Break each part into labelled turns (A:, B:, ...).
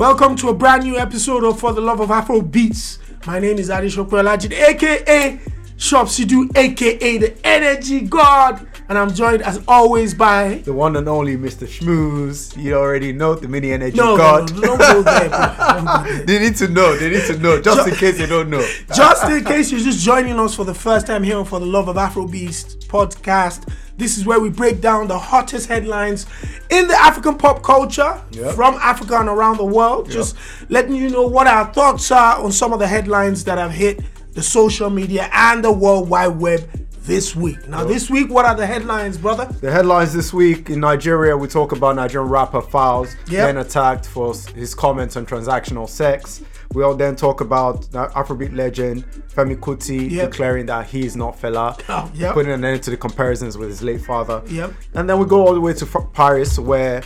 A: Welcome to a brand new episode of For the Love of Afro Beats. My name is Adi Shokrelajid, aka Shop Sidu, aka the Energy God, and I'm joined as always by
B: The one and only Mr. Schmooze. You already know the mini energy
A: no,
B: god.
A: no, no, don't go there. bro. Don't go there.
B: They need to know. They need to know. Just in
A: Ju-
B: case they don't know.
A: Just in case you're just joining us for the first time here on For the Love of Afrobeats podcast, this is where we break down the hottest headlines in the African pop culture
B: Yep.
A: from Africa and around the world. Just letting you know what our thoughts are on some of the headlines that have hit the social media and the World Wide Web this week. Now, this week, what are the headlines, brother?
B: The headlines this week in Nigeria, we talk about Nigerian rapper Files
A: Yep.
B: being attacked for s- his comments on transactional sex. We all then talk about Na- Afrobeat legend Femi Kuti
A: Yep.
B: declaring that he is not fella,
A: Oh, yep.
B: putting an end to the comparisons with his late father.
A: Yep.
B: And then we go all the way to fr- Paris, where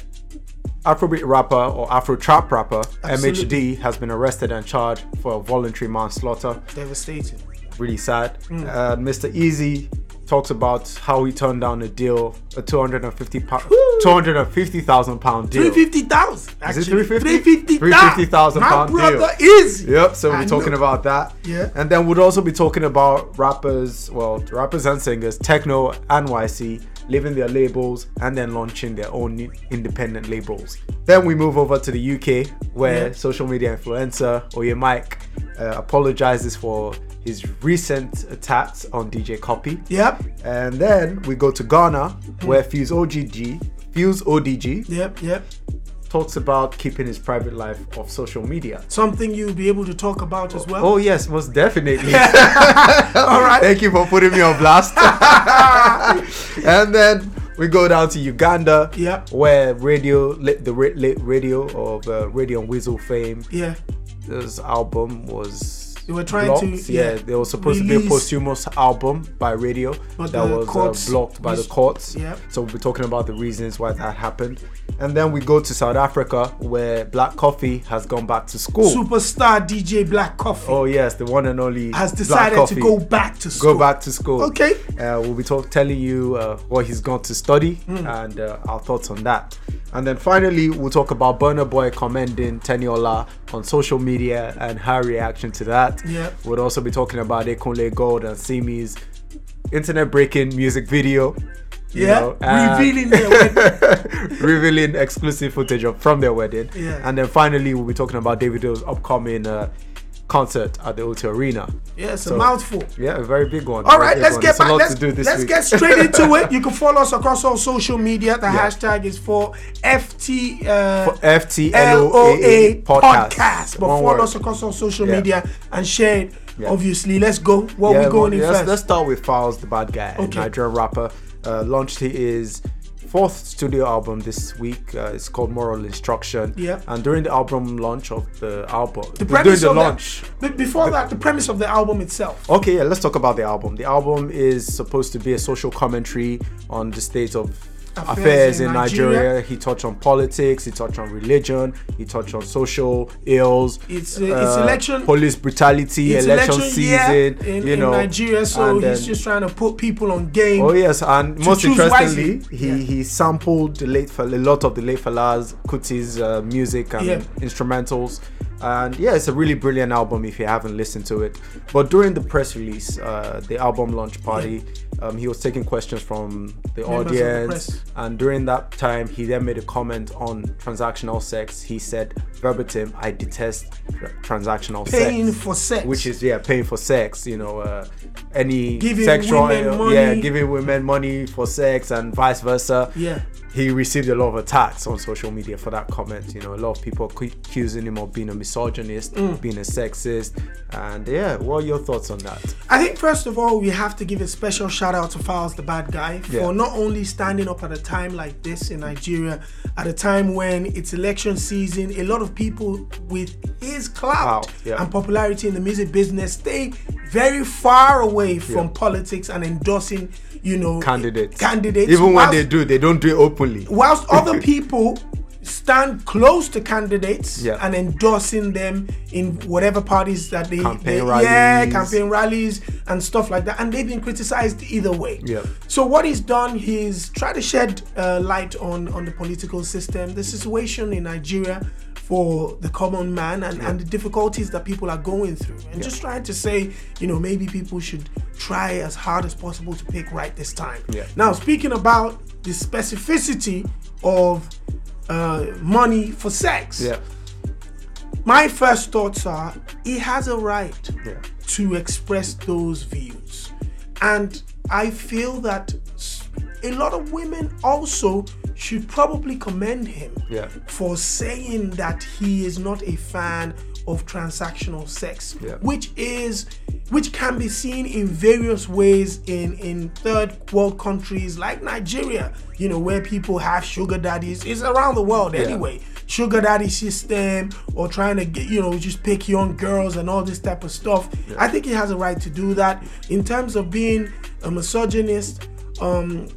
B: Afrobeat rapper or Afro trap rapper
A: Absolutely.
B: MHD has been arrested and charged for voluntary manslaughter
A: Devastating.
B: really sad.
A: Mm.
B: Uh, Mr. Easy talks about how he turned down a deal, a 250 pound, 250,000 pound deal.
A: 350,000. Actually,
B: 350?
A: 350,000.
B: 350,000
A: My
B: pound
A: brother
B: deal.
A: is.
B: Yep, so
A: I
B: we're talking
A: know.
B: about that.
A: Yeah.
B: And then we'd also be talking about rappers, well, rappers and singers, Techno and YC, leaving their labels and then launching their own new- independent labels. Then we move over to the UK, where
A: Yeah.
B: social media influencer Oye Mike uh, apologizes for his recent attacks on DJ Copy.
A: Yep.
B: And then we go to Ghana, where Fuse OGG, Fuse ODG,
A: Yep, yep.
B: talks about keeping his private life off social media.
A: Something you'll be able to talk about as well.
B: Oh yes, most definitely. All right. Thank you for putting me on blast. and then we go down to Uganda,
A: Yeah.
B: where radio, lit the ra- lit radio of uh, Radio and Weasel fame,
A: Yeah.
B: this album was.
A: They were trying
B: blocked.
A: to,
B: yeah,
A: yeah,
B: They were supposed to be a
A: release-
B: posthumous album by radio
A: But
B: that
A: the
B: was
A: courts
B: uh, blocked by the
A: res-
B: courts.
A: yeah.
B: So we'll be talking about the reasons why that happened, and then we go to South Africa where Black Coffee has gone back to school.
A: Superstar DJ Black Coffee
B: Oh yes, the one and only
A: has
B: Black
A: decided to
B: Coffee.
A: go back to school.
B: Go back to school.
A: Okay.
B: Uh, we'll be talk, telling you uh, what he's gone to study
A: Hmm.
B: and uh, our thoughts on that. And then finally, we'll talk about Burner Boy commending Teniola on social media and her reaction to that.
A: Yeah.
B: We'll also be talking about Ekunle Gold and Simi's internet breaking music video. you
A: Yeah,
B: know, and-
A: revealing their wedding.
B: revealing exclusive footage of, from their wedding.
A: Yeah.
B: And then finally, we'll be talking about Davido's upcoming uh, concert at the O2 Arena.
A: Yeah, it's a
B: So-
A: mouthful.
B: Yeah, a very big one.
A: All
B: Very
A: right,
B: big
A: let's
B: one.
A: get
B: There's a
A: back.
B: lot
A: Let's,
B: to do this
A: let's
B: week.
A: get straight into it. You can follow us across all social media. The hashtag is for FT. Uh,
B: FTLOA podcast.
A: But
B: One
A: follow
B: word.
A: us across all social
B: Yeah.
A: media and share it.
B: Yeah.
A: Obviously, let's go. Where
B: Yeah,
A: we going in
B: let's,
A: 1st
B: let's start with Files, the bad guy, a
A: Okay.
B: Nigerian rapper. Uh, launched his fourth studio album this week. Uh, it's called Moral Instruction.
A: Yeah.
B: And during the album launch of the album,
A: the
B: during
A: premise
B: the
A: of
B: launch.
A: The, be- before that, the premise of the album itself.
B: Okay, yeah, let's talk about the album. The album is supposed to be a social commentary on the state of
A: Affairs
B: affairs,
A: in
B: in,
A: Nigeria.
B: Nigeria. He touched on politics, he touched on religion, he touched on social ills.
A: It's, uh, it's election-
B: police brutality,
A: It's
B: election,
A: year
B: season.
A: in,
B: you
A: in
B: know,
A: Nigeria, so
B: and
A: he's
B: then-
A: just trying to put people on game.
B: Oh yes, and most
A: choose
B: interestingly,
A: wisely.
B: he
A: Yeah.
B: he sampled the late fella, a lot of the late fellas Kuti's uh, music and
A: Yeah.
B: instrumentals, and yeah, it's a really brilliant album if you haven't listened to it. But during the press release, uh, the album launch party, um, he was taking questions from the
A: Members of the
B: audience,
A: press.
B: and during that time, he then made a comment on transactional sex. He said verbatim, "I detest tr- transactional
A: Paying
B: sex."
A: for sex.
B: which is yeah paying for sex you know uh, any
A: Giving
B: sexual
A: women
B: yeah
A: money.
B: giving women money for sex and vice versa
A: Yeah.
B: he received a lot of attacks on social media for that comment you know a lot of people cu- accusing him of being a misogynist
A: Mm.
B: being a sexist and yeah what are your thoughts on that
A: I think first of all, we have to give a special shout out to Files the Bad Guy for
B: Yeah.
A: not only standing up at a time like this in Nigeria, at a time when it's election season, a lot of people with his clout
B: Wow, yeah.
A: and popularity in the music business stay very far away from politics and endorsing, you know,
B: candidates
A: candidates.
B: even when
A: whilst-
B: they do they don't do it openly
A: whilst other people stand close to candidates
B: Yeah.
A: and endorsing them in whatever parties that they,
B: Campaign
A: they- yeah
B: rallies.
A: campaign rallies and stuff like that and they've been criticized either way
B: Yeah.
A: so what he's done he's tried to shed uh, light on on the political system the situation in nigeria for the common man and, and the difficulties that people are going through. And just trying to say, you know, maybe people should try as hard as possible to pick right this time.
B: Yeah.
A: Now, speaking about the specificity of uh, money for sex,
B: Yeah.
A: my first thoughts are he has a right
B: Yeah.
A: to express those views. And I feel that s- a lot of women also should probably commend him
B: Yeah.
A: for saying that he is not a fan of transactional sex,
B: Yeah.
A: which is which can be seen in various ways in in third world countries like Nigeria, you know, where people have sugar daddies. It's around the world anyway. Sugar daddy system or trying to get you know just pick young girls and all this type of stuff. I think he has a right to do that. In terms of being a misogynist, um,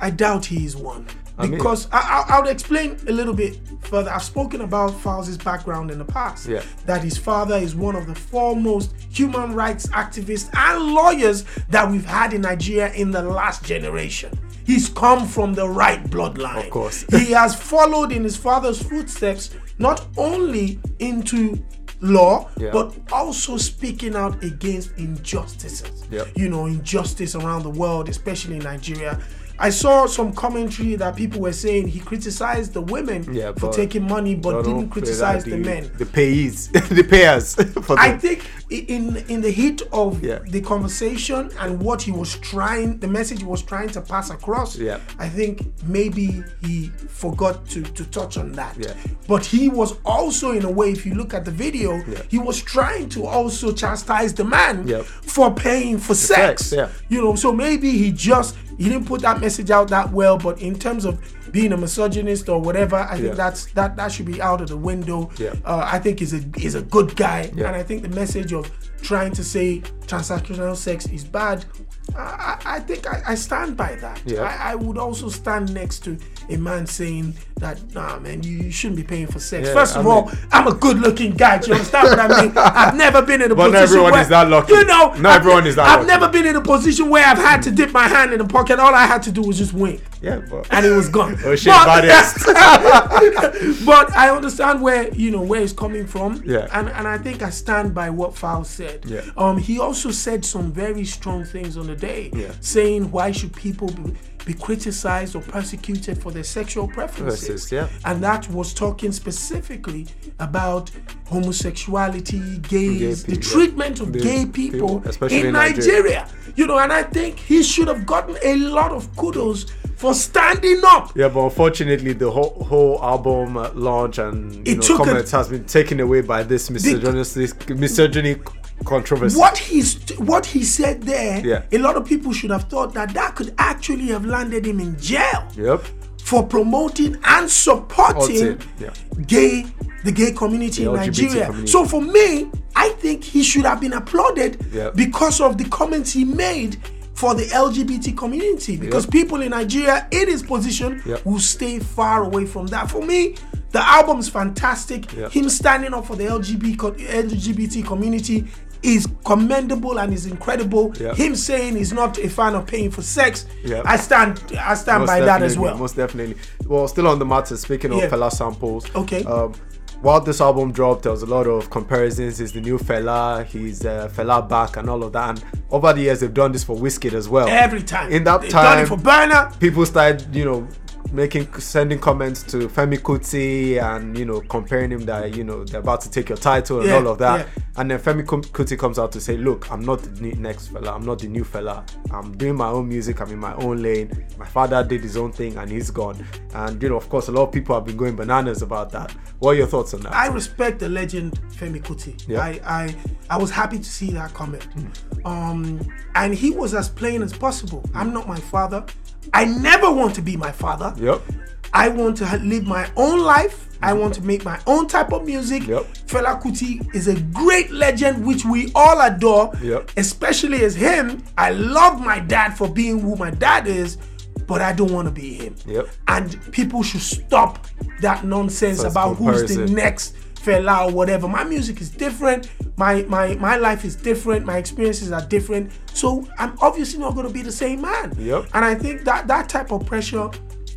A: I doubt he is one.
B: mean-
A: Because I, I, I would explain a little bit further. I've spoken about Fauzi's background in the past.
B: Yeah.
A: That his father is one of the foremost human rights activists and lawyers that we've had in Nigeria in the last generation. He's come from the right bloodline. Of
B: course.
A: he has followed in his father's footsteps, not only into law,
B: Yeah.
A: but also speaking out against injustices
B: Yep.
A: you know, injustice around the world, especially in Nigeria. I saw some commentary that people were saying he criticized the women
B: Yeah,
A: for
B: but
A: taking money, but
B: Don't
A: didn't
B: play that,
A: criticize the
B: dude.
A: men.
B: The payees, the payers. For
A: I
B: the-
A: think i- in in the heat of
B: Yeah.
A: the conversation and what he was trying, the message he was trying to pass across,
B: Yeah.
A: I think maybe he forgot to to touch on that.
B: Yeah.
A: But he was also, in a way, if you look at the video, he was trying to also chastise the man
B: Yep.
A: for paying for sex.
B: yeah.
A: You know, so maybe he just he didn't put that message out that well. But in terms of being a misogynist or whatever, I think
B: Yeah.
A: that's that that should be out of the window.
B: Yeah.
A: Uh, I think he's a he's a good guy,
B: Yeah.
A: and I think the message of trying to say transactional sex is bad. I, I I think I, I stand by that.
B: Yeah.
A: I, I would also stand next to a man saying that, nah, man, you, you shouldn't be paying for sex.
B: Yeah,
A: First of
B: I
A: all, I'm a good looking guy. Do you understand what I mean? I've never been in a
B: But not
A: position.
B: everyone
A: where,
B: is that lucky.
A: You know,
B: Not
A: I've-
B: everyone is that
A: I've
B: lucky.
A: never been in a position where I've had to dip my hand in the pocket. All I had to do was just wink
B: yeah, but
A: and it was gone.
B: Oh, shit,
A: but I understand where you know where he's coming from.
B: Yeah.
A: And and I think I stand by what Fowl said.
B: Yeah.
A: Um he also said some very strong things on the day.
B: Yeah.
A: Saying why should people be, be criticized or persecuted for their sexual preferences.
B: Preferences, yeah.
A: And that was talking specifically about homosexuality, gays,
B: people,
A: the
B: yeah.
A: treatment of
B: The
A: gay
B: people,
A: people,
B: especially
A: in
B: in Nigeria.
A: Nigeria area, You know, and I think he should have gotten a lot of kudos for standing up.
B: yeah, but unfortunately, the whole whole album uh, launch and you
A: It
B: know,
A: took a-
B: comments has been taken away by this misogynistic misogyny controversy.
A: What he's what he said there,
B: Yeah.
A: a lot of people should have thought that that could actually have landed him in jail
B: Yep.
A: for promoting and supporting
B: Supporting, yeah.
A: gay the gay community
B: The
A: in
B: LGBT
A: Nigeria.
B: community.
A: So for me, I think he should have been applauded
B: Yeah.
A: because of the comments he made for the LGBT community. Because
B: Yeah.
A: people in Nigeria in his position
B: Yeah.
A: will stay far away from that. For me, the album's fantastic.
B: Yeah.
A: Him standing up for the LGBT co- LGBT community is commendable and is incredible.
B: Yeah.
A: Him saying he's not a fan of paying for sex,
B: Yeah.
A: I stand I stand by that as
B: definitely,
A: well.
B: Most definitely. Well, still on the matter, speaking
A: Yeah.
B: of fella samples.
A: Okay.
B: Um, while this album dropped, there was a lot of comparisons. He's the new fella, he's uh, fella back, and all of that. And over the years, they've done this for Whiskey as well.
A: every time.
B: In that
A: They've done
B: time,
A: it for Burner.
B: people started, you know, making sending comments to Femi Kuti and you know comparing him that you know they're about to take your title and
A: Yeah,
B: all of that.
A: yeah.
B: And then Femi Kum- Kuti comes out to say, look, I'm not the new, next fella. I'm not the new fella. I'm doing my own music. I'm in my own lane. My father did his own thing and he's gone. And you know, of course, a lot of people have been going bananas about that. What are your thoughts on that?
A: I respect the legend Femi Kuti.
B: Yeah. Hmm.
A: I, I I was happy to see that comment. Um, and he was as plain as possible. I'm not my father. I never want to be my father.
B: yep.
A: I want to ha- live my own life. I want to make my own type of music.
B: Mm-hmm. Yep.
A: Fela Kuti is a great legend which we all adore,
B: Yep.
A: especially as him. I love my dad for being who my dad is, but I don't want to be him.
B: Yep.
A: And people should stop that nonsense
B: First
A: about who's the
B: comparison.
A: next fella or whatever. My music is different. My my my life is different. My experiences are different. So I'm obviously not going to be the same man.
B: Yep.
A: And I think that that type of pressure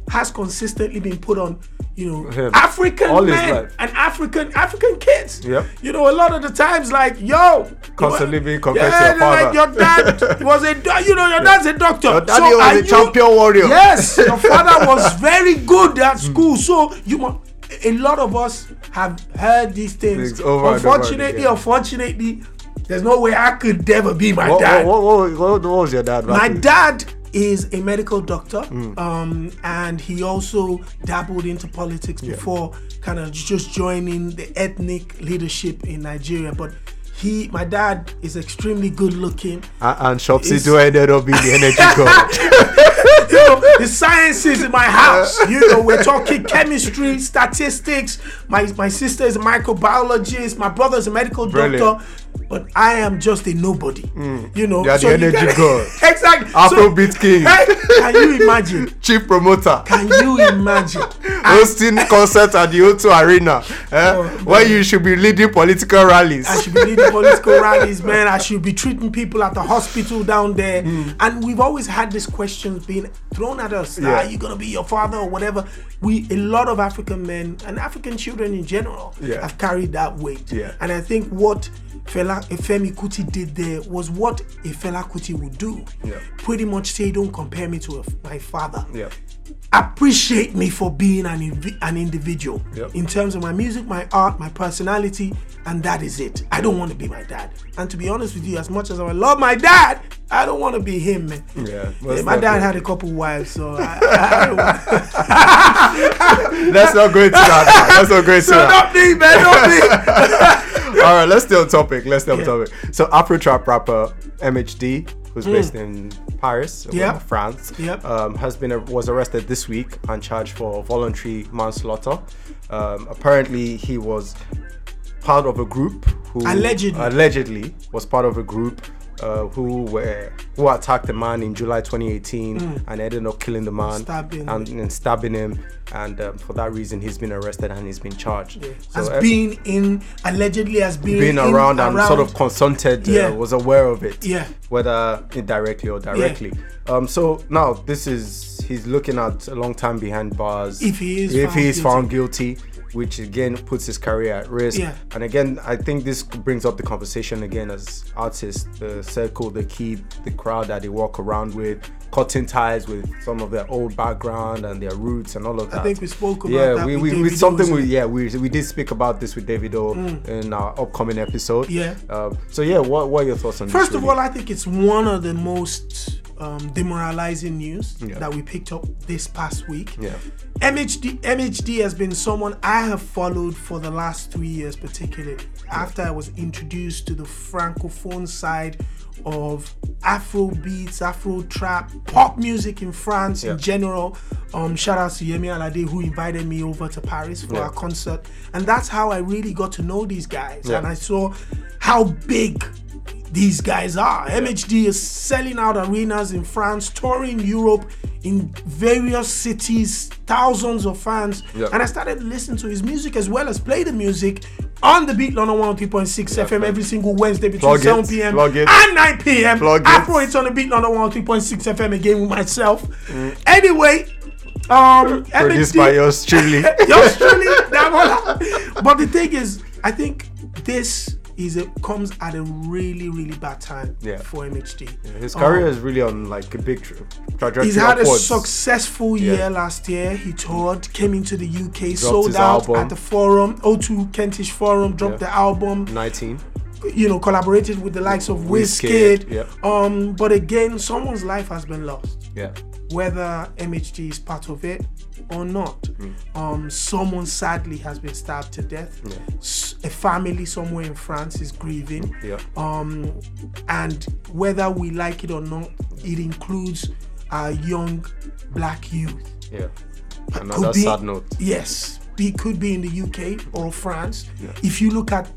A: has consistently been put on, you know,
B: Him.
A: African
B: All his
A: men
B: life.
A: and African African kids.
B: Yep.
A: You know, a lot of the times, like yo,
B: Constantly
A: you were-
B: being compared to
A: Yeah,
B: your father.
A: like your dad was a, do- you know, your dad's a doctor.
B: Your daddy was
A: are
B: a
A: you-
B: champion warrior.
A: Yes, your father was very good at school, so you must. A lot of us have heard these things.
B: Things over and over
A: unfortunately,
B: again.
A: unfortunately, there's no way I could ever be my
B: What,
A: dad.
B: what, what, what, what was your dad?
A: My
B: Rafi?
A: dad is a medical doctor,
B: Hmm.
A: um, and he also dabbled into politics before kind of just joining the ethnic leadership in Nigeria. But he, my dad, is extremely good looking.
B: And, and Shopsy
A: is-
B: do ended up being the energy god.
A: You know, the sciences in my house. You know, we're talking chemistry, statistics. My my sister is a microbiologist. My brother is a medical
B: Brilliant.
A: doctor. But I am just a nobody. You know,
B: You are Mm. the energy
A: gotta-
B: god.
A: exactly. So-
B: Afrobeat king.
A: can you imagine?
B: Chief promoter.
A: Can you imagine? I,
B: Hosting concert at the O2 Arena, eh?
A: Oh,
B: where you should be leading political rallies.
A: I should be leading political rallies, man. I should be treating people at the hospital down there.
B: Hmm.
A: And we've always had these questions being thrown at us.
B: Yeah.
A: Are you gonna be your father or whatever? We a lot of African men and African children in general
B: Yeah.
A: have carried that weight.
B: Yeah.
A: And I think what Fela Femi Kuti did there was what a Fela Kuti would do.
B: Yeah.
A: Pretty much say, don't compare me to a, my father.
B: Yeah.
A: appreciate me for being an invi- an individual
B: Yep.
A: in terms of my music, my art, my personality, and that is it. I don't want to be my dad. And to be honest with you, as much as I love my dad, I don't want to be him, man. Eh,
B: Yeah, most
A: my dad
B: definitely.
A: had a couple wives, so I, I, I don't want
B: Let's not go into that. Let's not go into
A: so
B: that.
A: not me, man, not me.
B: All right, let's stay on topic. Let's stay on
A: Yeah.
B: topic. So, Afro trap rapper MHD, who's based in Paris, well,
A: Yeah.
B: France,
A: Hmm. Yep.
B: um, has been was arrested this week and charged for voluntary manslaughter. Um, apparently, he was part of a group who
A: Allegedly.
B: allegedly was part of a group. Uh, who were who attacked a man in July 2018 and ended up killing the man
A: Stabbing.
B: and, and Hmm. stabbing him and um, for that reason he's been arrested and he's been charged. So,
A: as
B: eh,
A: being in allegedly as being in,
B: being around and sort of consulted, uh,
A: Yeah.
B: was aware of it,
A: Yeah.
B: whether indirectly or directly. Um, so now this is he's looking at a long time behind bars.
A: If he is
B: if
A: found
B: he is
A: guilty.
B: found guilty, which again puts his career at risk.
A: Yeah.
B: And again, I think this brings up the conversation again as artists, the circle they keep, the crowd that they walk around with, cutting ties with some of their old background and their roots and all of that.
A: think we spoke about
B: yeah,
A: that
B: we,
A: with
B: we,
A: Davido,
B: with something
A: isn't
B: we
A: it?
B: yeah we, we did speak about this with Davido in our upcoming episode.
A: Mm. Yeah.
B: Um, so yeah, what, what are your thoughts on
A: First
B: this?
A: of all, I think it's one of the most um, demoralizing news
B: Yeah.
A: that we picked up this past week.
B: Yeah.
A: MHD MHD has been someone I have followed for the last three years, particularly after I was introduced to the francophone side of Afro beats, Afro trap, pop music in France
B: Yeah.
A: in general. Um, shout out to Yemi Alade who invited me over to Paris for
B: Yeah.
A: our concert, and that's how I really got to know these guys.
B: Yeah.
A: And I saw how big these guys are. MHD is selling out arenas in France, touring Europe in various cities, thousands of fans.
B: Yeah.
A: And I started listening to his music as well as play the music on the Beat London 103.6 FM every single Wednesday between
B: Plug it,
A: 7 p.m.
B: plug it.
A: and 9 p.m.
B: Plug it.
A: Afro it's on the Beat London 103.6 FM again with myself. Anyway, um,
B: produced
A: MHD
B: by yours truly.
A: Yours truly, that one. But the thing is, I think this is a, comes at a really, really bad time
B: Yeah.
A: for MHD.
B: His
A: Um,
B: career is really on like a big tra- trajectory.
A: He's had
B: upwards.
A: a successful year
B: Yeah.
A: last year. He toured, came into the UK, sold
B: his
A: out
B: album.
A: at the forum, O2 Kentish Forum, dropped
B: Yeah.
A: the album,
B: 19.
A: you know, collaborated with the likes of
B: Wizkid,
A: Wizkid.
B: yeah.
A: Um, but again, someone's life has been lost
B: Yeah.
A: whether MHD is part of it or not. Um, someone sadly has been stabbed to death. S- A family somewhere in France is grieving.
B: Yeah.
A: Um, and whether we like it or not, it includes our young black youth.
B: Yeah.
A: Could
B: Another
A: be-
B: sad note.
A: Yes, it could be in the UK or France.
B: Yeah.
A: If you look at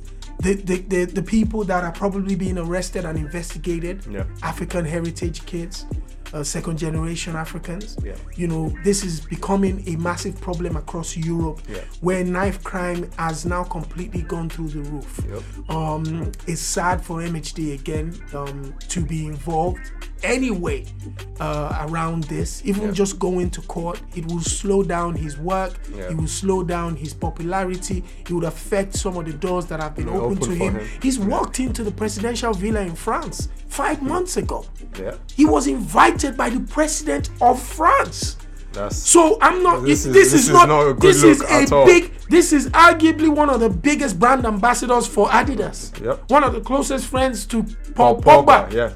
A: the, the, the, the people that are probably being arrested and investigated,
B: Yeah.
A: African heritage kids, uh, second generation Africans,
B: Yeah.
A: you know, this is becoming a massive problem across Europe
B: Yeah.
A: where knife crime has now completely gone through the roof.
B: Yep.
A: Um, it's sad for MHD again um, to be involved anyway uh, around this, even just going to court, it will slow down his work.
B: Yeah.
A: It will slow down his popularity. It would affect some of the doors that have been opened
B: open
A: to
B: for
A: him.
B: him.
A: He's walked into the presidential villa in France five months ago.
B: Yeah.
A: He was invited by the president of France.
B: That's
A: So I'm not.
B: This
A: This, is,
B: is- this is
A: not.
B: not a good
A: this
B: look
A: is a
B: at all.
A: big. This is arguably one of the biggest brand ambassadors for Adidas.
B: Yep.
A: One of the closest friends to
B: Paul
A: Paul Pogba.
B: Yeah.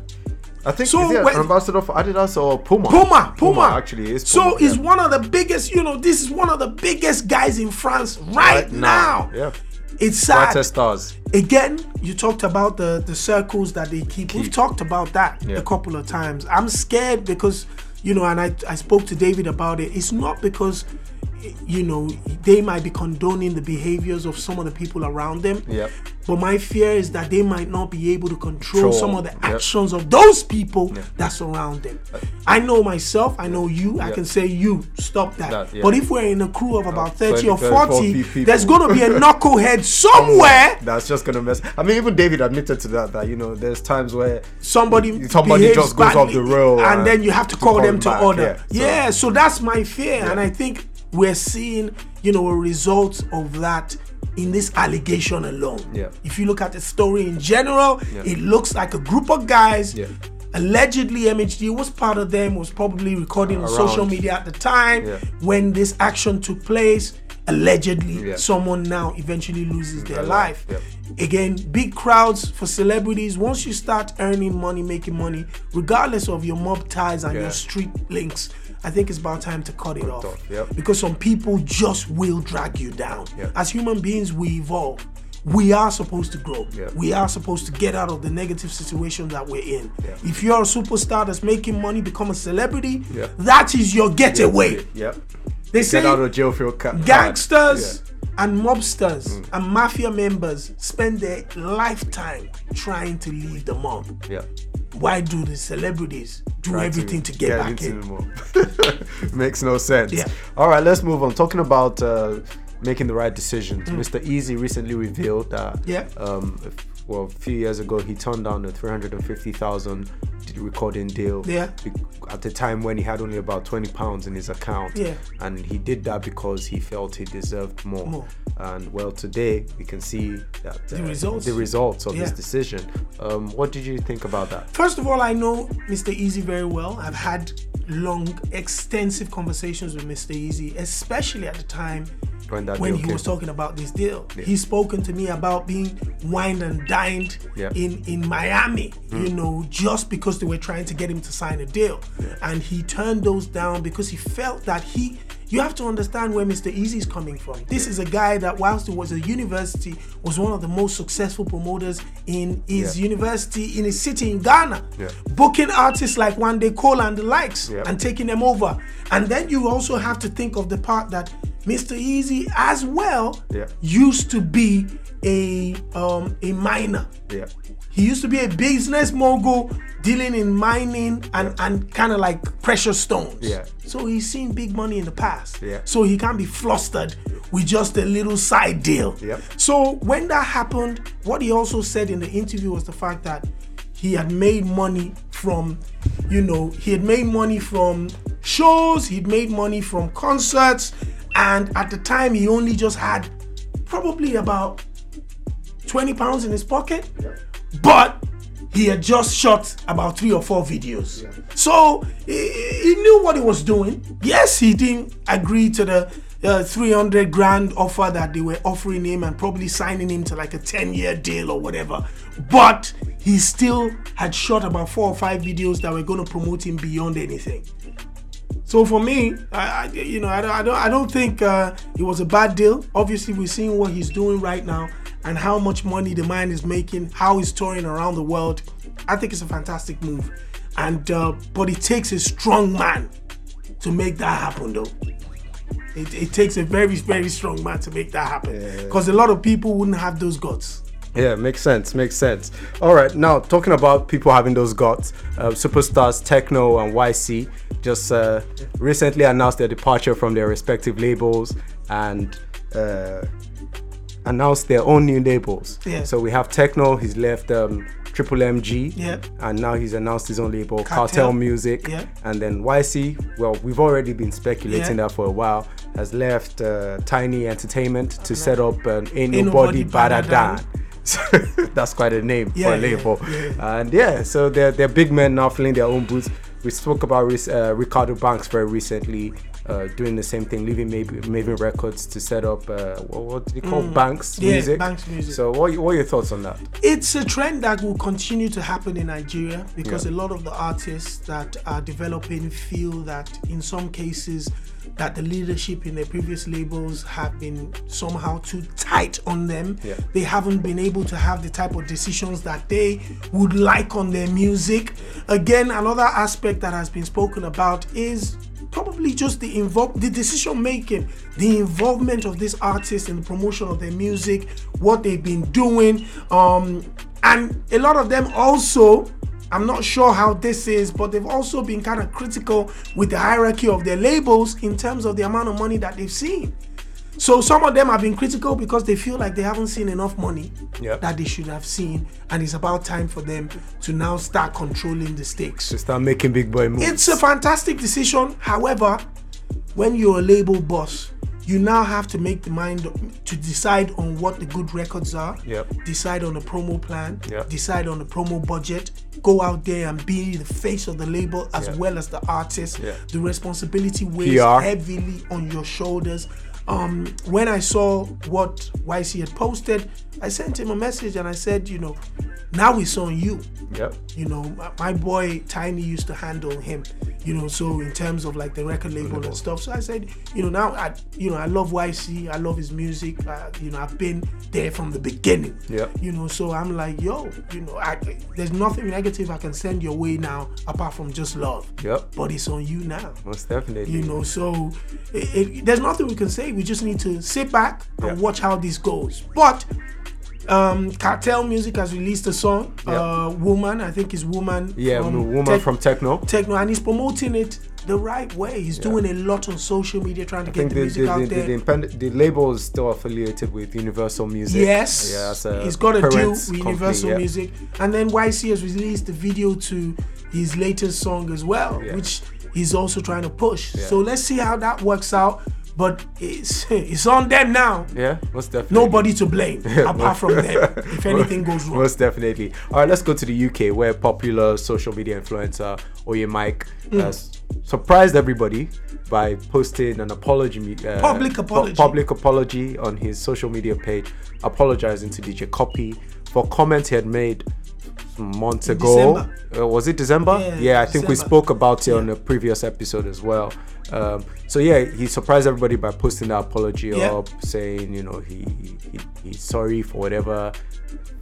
B: I think
A: So
B: is he an
A: when-
B: ambassador for Adidas or Puma?
A: Puma, Puma,
B: actually it is.
A: So
B: Puma,
A: he's
B: yeah.
A: one of the biggest. You know, this is one of the biggest guys in France right, now.
B: Yeah.
A: It's sad.
B: Brightest stars.
A: Again, you talked about the the circles that they keep. We've talked about that
B: Yeah.
A: a couple of times. I'm scared because you know, and I I spoke to David about it. It's not because you know they might be condoning the behaviors of some of the people around them.
B: Yep.
A: But my fear is that they might not be able to control
B: Control,
A: some of the
B: yep. Uh,
A: actions of those people that surround them. I know myself. I know you. I
B: Yep.
A: can say you stop that.
B: That, yeah. Uh,
A: But if we're in a crew of about thirty or
B: 30, 40
A: forty,
B: people.
A: there's going to be a knucklehead somewhere.
B: That's just gonna mess. I mean, even David admitted to that. That you know, there's times where
A: somebody
B: Somebody
A: behaves
B: just goes off
A: badly,
B: the rail
A: and,
B: and
A: then you have to,
B: to
A: call,
B: call
A: them
B: them
A: to
B: back,
A: order
B: yeah,
A: yeah
B: so-
A: so, that's my fear and i think we're seeing you know a result of that in this allegation alone
B: Yeah.
A: if you look at the story in general it looks like a group of guys
B: Yeah.
A: Allegedly, MHD was part of them, was probably recording on social
B: Around.
A: media at the time
B: Yeah.
A: when this action took place. Allegedly,
B: Yeah.
A: someone now eventually loses their
B: Their life,
A: life.
B: yep.
A: Again, big crowds for celebrities. Once you start earning money, making money, regardless of your mob ties and
B: Yeah.
A: your street links, I think it's about time to cut it off.
B: off, yep.
A: Because some people just will drag you down.
B: Yep.
A: As human beings, we evolve. We are supposed to grow.
B: Yep.
A: We are supposed to get out of the negative situation that we're in.
B: Yep.
A: If you're a superstar that's making money, become a celebrity,
B: Yep.
A: that is your getaway.
B: Yep.
A: They say
B: Get out of jail for your ca- card.
A: gangsters and mobsters
B: Mm.
A: and mafia members spend their lifetime trying to leave the mob.
B: Yeah. yeah.
A: Why do the celebrities do everything to, get, back
B: into
A: in?
B: the mob. Makes no sense.
A: Yeah.
B: All right, let's move on. Talking about uh, making the right decisions, Mr. Easy recently revealed that,
A: Mm. Yeah.
B: um, if- well, a few years ago, he turned down a 350,000 d- recording deal
A: Yeah.
B: be- at the time when he had only about 20 pounds in his account
A: Yeah.
B: and he did that because he felt he deserved more,
A: More.
B: and well today we can see that uh, the
A: results.
B: results of his
A: Yeah.
B: decision um, what did you think about that
A: First of all, I know Mr. Easy very well. I've had long, extensive conversations with Mr. Easy, especially at the time
B: When that deal
A: he
B: came.
A: was talking about this deal. He's spoken to me about being wined and dined
B: Yeah.
A: in, in Miami, you
B: Hmm.
A: know, just because they were trying to get him to sign a deal. And he turned those down because he felt that he. You have to understand where Mr. Easy is coming from. This is a guy that, whilst he was at university, was one of the most successful promoters in his
B: Yeah.
A: university in a city in Ghana,
B: Yeah.
A: booking artists like One Day Cole and the likes
B: Yeah.
A: and taking them over. And then you also have to think of the part that Mr. Easy as well
B: Yeah.
A: used to be a um, a miner.
B: yeah
A: He used to be a business mogul dealing in mining and, and kind of like precious stones.
B: Yeah.
A: So he's seen big money in the past.
B: Yeah.
A: So he can't be flustered with just a little side deal.
B: Yep.
A: So when that happened, what he also said in the interview was the fact that he had made money from, you know, he had made money from shows, he'd made money from concerts, and at the time he only just had probably about 20 pounds in his pocket, but he had just shot about three or four videos. So he, he knew what he was doing. Yes, he didn't agree to the uh, 300 grand offer that they were offering him and probably signing him to like a 10 year deal or whatever, but he still had shot about four or five videos that were going to promote him beyond anything. So for me, I, I you know I don't I don't, I don't think uh, it was a bad deal. Obviously, we're seeing what he's doing right now and how much money the man is making, how he's touring around the world. I think it's a fantastic move, and uh, but it takes a strong man to make that happen, though. It, it takes a very very strong man to make that happen because a lot of people wouldn't have those guts.
B: Yeah, makes sense. Makes sense. All right, now talking about people having those guts, uh, superstars Techno and YC just uh, recently announced their departure from their respective labels, and uh, announced their own new labels.
A: Yeah.
B: So we have Techno, he's left um, Triple MG,
A: Yeah.
B: and now he's announced his own label, Cartel,
A: Cartel.
B: Music,
A: Yeah.
B: and then YC. Well, we've already been speculating
A: Yeah.
B: that for a while. Has left uh, Tiny Entertainment to set up an Ain't
A: Ain't Nobody
B: Nobody Badder
A: Badder
B: Than. So that's quite a name for
A: Yeah, yeah,
B: a label.
A: yeah.
B: And yeah, so they're, they're big men now filling their own boots. We spoke about Ris- uh, Ricardo Banks very recently uh, doing the same thing, leaving Mav- Maven Records to set up uh, what, what do they call Banks
A: Mm. Yeah,
B: Music.
A: Banks Music.
B: So what, are you- what are your thoughts on that?
A: it's a trend that will continue to happen in Nigeria because a lot of the artists that are developing feel that in some cases that the leadership in their previous labels have been somehow too tight on them.
B: Yeah.
A: They haven't been able to have the type of decisions that they would like on their music. Again, another aspect that has been spoken about is probably just the involve the decision making the involvement of this artist in the promotion of their music what they've been doing um and a lot of them also i'm not sure how this is but they've also been kind of critical with the hierarchy of their labels in terms of the amount of money that they've seen so some of them have been critical because they feel like they haven't seen enough money
B: Yeah.
A: that they should have seen and it's about time for them to now start controlling the stakes
B: To start making big boy moves.
A: it's a fantastic decision. However, when you're a label boss, you now have to make the mind to decide on what the good records are.
B: Yep.
A: Decide on the promo plan.
B: Yep.
A: Decide on the promo budget. Go out there and be the face of the label as
B: Yeah.
A: well as the artist.
B: Yeah.
A: The responsibility weighs
B: PR.
A: heavily on your shoulders. Um, when I saw what YC had posted, I sent him a message and I said, you know, now it's on you
B: Yep.
A: you know my, my boy tiny used to handle him you know so in terms of like the record label and stuff so i said you know now i you know i love yc i love his music uh, you know i've been there from the beginning
B: Yep.
A: you know so i'm like yo you know I, there's nothing negative i can send your way now apart from just love
B: Yep.
A: but it's on you now
B: Most definitely.
A: you know so it, it, there's nothing we can say we just need to sit back and
B: Yeah.
A: watch how this goes but um cartel music has released a song
B: Yeah.
A: uh woman i think is woman
B: yeah, woman
A: Tech-
B: from Techno.
A: techno and he's promoting it the right way he's doing a lot on social media trying to
B: I
A: get
B: think
A: the
B: the,
A: music
B: the,
A: out
B: the,
A: there
B: the, independ- the label is still affiliated with Universal Music.
A: Yes,
B: Yeah, that's a
A: he's got a
B: parent
A: deal with
B: company,
A: Universal
B: yeah.
A: Music, and then YC has released the video to his latest song as well,
B: Yeah.
A: which he's also trying to push. So let's see how that works out. But it's it's on them now.
B: Yeah, most definitely.
A: Nobody to blame apart from them. If anything goes wrong,
B: Most definitely. All right, let's go to the UK where popular social media influencer Oye Mike
A: Hmm.
B: has surprised everybody by posting an apology. me- uh,
A: Public
B: pu-
A: apology.
B: public apology on his social media page, apologizing to DJ Copy for comments he had made some months ago. Uh, was it December?
A: Yeah,
B: I think we
A: December.
B: spoke about it on a previous episode as well. Um, so yeah, he surprised everybody by posting that apology
A: Yeah.
B: up, saying you know he, he he's sorry for whatever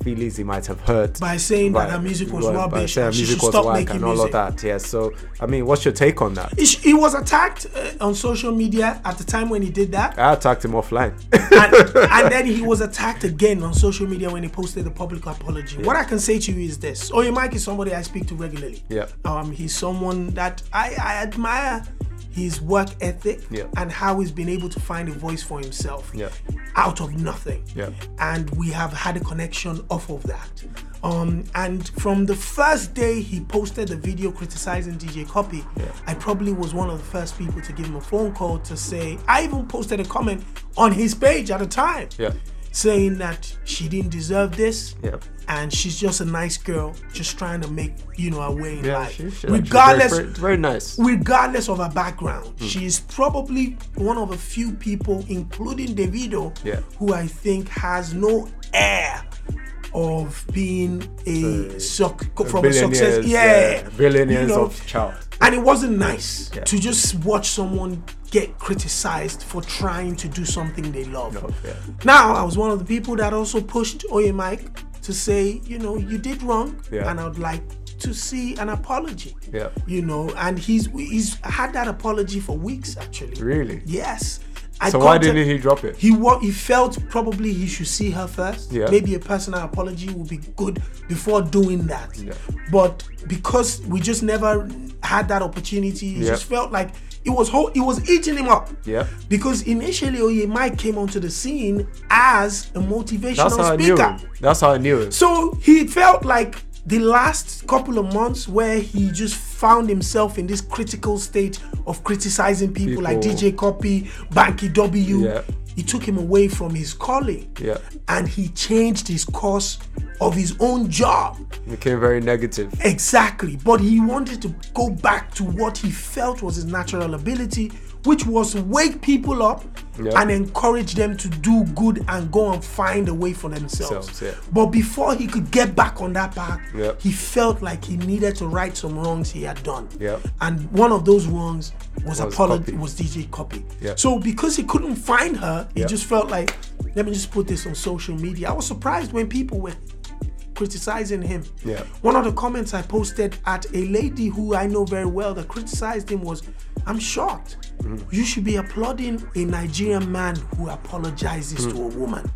B: feelings he might have hurt
A: By saying that her music was
B: by
A: rubbish
B: saying her
A: and she
B: music
A: should
B: was
A: stop
B: whack
A: making
B: and all
A: music.
B: of that. Yeah. So I mean, what's your take on that?
A: he, sh- he was attacked uh, on social media at the time when he did that.
B: I attacked him offline.
A: and, and then he was attacked again on social media when he posted a public apology. What I can say to you is this: Oye Mike is somebody I speak to regularly.
B: Yeah.
A: Um, he's someone that I, I admire his work ethic
B: Yeah.
A: and how he's been able to find a voice for himself
B: Yeah.
A: out of nothing.
B: Yeah.
A: And we have had a connection off of that. Um, and from the first day he posted the video criticizing DJ Copy, I probably was one of the first people to give him a phone call to say, I even posted a comment on his page at the time
B: yeah.
A: saying that she didn't deserve this.
B: Yeah.
A: And she's just a nice girl, just trying to make, you know, her way in
B: Yeah.
A: life.
B: she- she-
A: Regardless
B: very, very nice.
A: regardless of her background.
B: Hmm.
A: She is probably one of a few people, including Davido,
B: Yeah.
A: who I think has no air of being a suck from a success.
B: Billionaires,
A: Yeah,
B: billionaires
A: You know,
B: of child.
A: and it wasn't nice
B: Yeah.
A: to just watch someone get criticized for trying to do something they love.
B: yeah.
A: Now, I was one of the people that also pushed Oye Mike to say, you know, you did wrong,
B: Yeah.
A: and I'd like to see an apology.
B: Yeah.
A: You know, and he's he's had that apology for weeks actually.
B: Really?
A: Yes. I
B: So why
A: contact-
B: didn't he drop it?
A: He wa- he felt probably he should see her first.
B: Yeah.
A: Maybe a personal apology would be good before doing that.
B: Yeah.
A: But because we just never had that opportunity, it
B: Yeah.
A: just felt like it was whole, it was eating him up.
B: Yeah.
A: Because initially Oyemai came onto the scene as a motivational
B: That's how I knew
A: speaker.
B: him. That's how I knew him.
A: So he felt like the last couple of months where he just found himself in this critical state of criticizing people, like
B: People.
A: DJ Copy, Banky W.
B: Yeah.
A: It took him away from his calling.
B: Yeah.
A: And he changed his course of his own job.
B: Became very negative.
A: Exactly. But he wanted to go back to what he felt was his natural ability, which was to wake people up
B: Yeah.
A: and encourage them to do good and go and find a way for themselves.
B: Themselves, yeah.
A: But before he could get back on that path,
B: Yeah.
A: he felt like he needed to right some wrongs he had done.
B: Yeah.
A: And one of those wrongs was,
B: Was
A: apolo-
B: Copy.
A: was DJ Copy.
B: Yeah.
A: So because he couldn't find her, he
B: Yeah.
A: just felt like, let me just put this on social media. I was surprised when people were criticizing him.
B: Yeah.
A: One of the comments I posted at a lady who I know very well that criticized him was, I'm shocked. You should be applauding a Nigerian man who apologizes to a woman.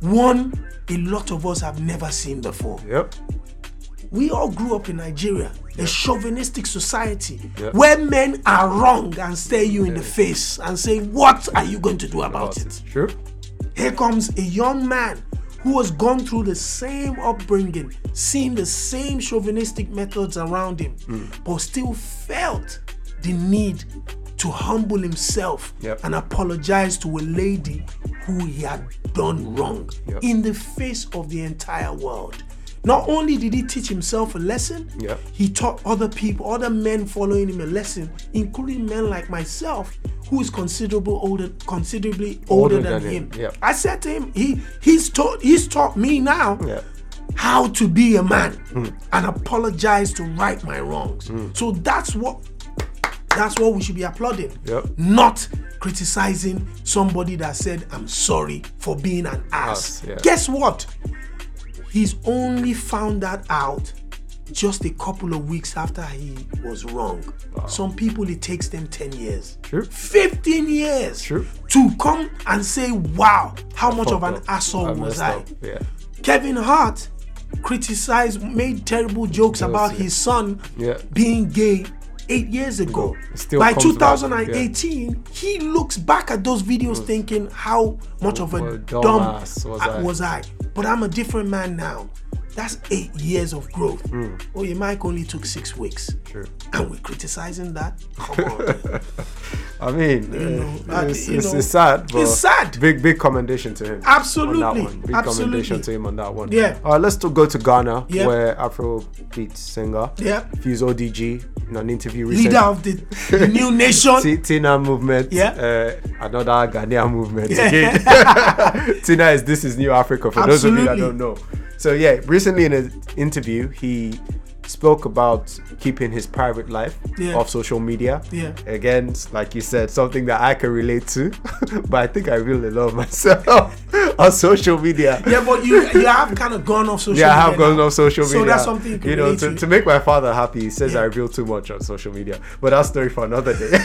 A: One, a lot of us have never seen before.
B: Yep.
A: We all grew up in Nigeria, a chauvinistic society
B: Yeah.
A: where men are wrong and stare you in the face and say, What are you going to do about it?
B: It's true.
A: Here comes a young man who has gone through the same upbringing, seen the same chauvinistic methods around him, but still felt the need to humble himself
B: Yep.
A: and apologize to a lady who he had done wrong
B: Yep.
A: in the face of the entire world. Not only did he teach himself a lesson,
B: Yep.
A: he taught other people, other men following him a lesson, including men like myself, who is considerable older, considerably older, than, him.
B: yeah.
A: I said to him, he he's taught he's taught me now
B: Yeah. Hmm.
A: how to be a man and apologize to right my wrongs. So that's what that's what we should be applauding.
B: Yep.
A: Not criticizing somebody that said I'm sorry for being an ass.
B: Ass, yeah.
A: Guess what? He's only found that out just a couple of weeks after he was wrong. Some people it takes them 10 years.
B: True.
A: 15 years
B: True.
A: to come and say, wow, how much of an
B: Fucked up.
A: asshole
B: I
A: was
B: messed
A: I?
B: up. Yeah.
A: Kevin Hart criticized, made terrible jokes about
B: yeah.
A: his son
B: Yeah.
A: being gay eight years ago.
B: It still
A: By
B: comes back, yeah.
A: 2018, he looks back at those videos thinking, how much of
B: Mm. What
A: a
B: a
A: dumb
B: dumbass was
A: I-
B: I.
A: was I. But I'm a different man now. That's eight years of growth. Oh, your mic only took six weeks.
B: Mm. True.
A: And we're criticizing that? Come on.
B: I mean,
A: know,
B: uh,
A: I-
B: it's,
A: you
B: it's,
A: know,
B: it's sad, but
A: it's sad.
B: Big, big commendation to him.
A: Absolutely,
B: on that one. Big
A: absolutely.
B: commendation to him on that one.
A: Yeah.
B: All right, let's to go to Ghana,
A: Yeah.
B: where Afrobeat singer
A: Yeah.
B: Fuse ODG in an interview recently.
A: Leader of the, the new nation.
B: T- Tina movement.
A: Yeah.
B: Uh, another Ghanaian movement again. Tina is this is New Africa for those of you that
A: Absolutely.
B: don't know. So yeah, recently in an interview he spoke about keeping his private life
A: Yeah.
B: off social media.
A: Yeah.
B: Again, s- like you said, something that I can relate to, but I think I really love myself on social media.
A: Yeah, but you you have kind of gone off social.
B: Yeah, I have
A: media
B: gone
A: now.
B: on social media.
A: So that's something you, can
B: know
A: relate
B: to,
A: to.
B: to make my father happy. He says
A: Yeah.
B: I reveal too much on social media, but that's story for another day.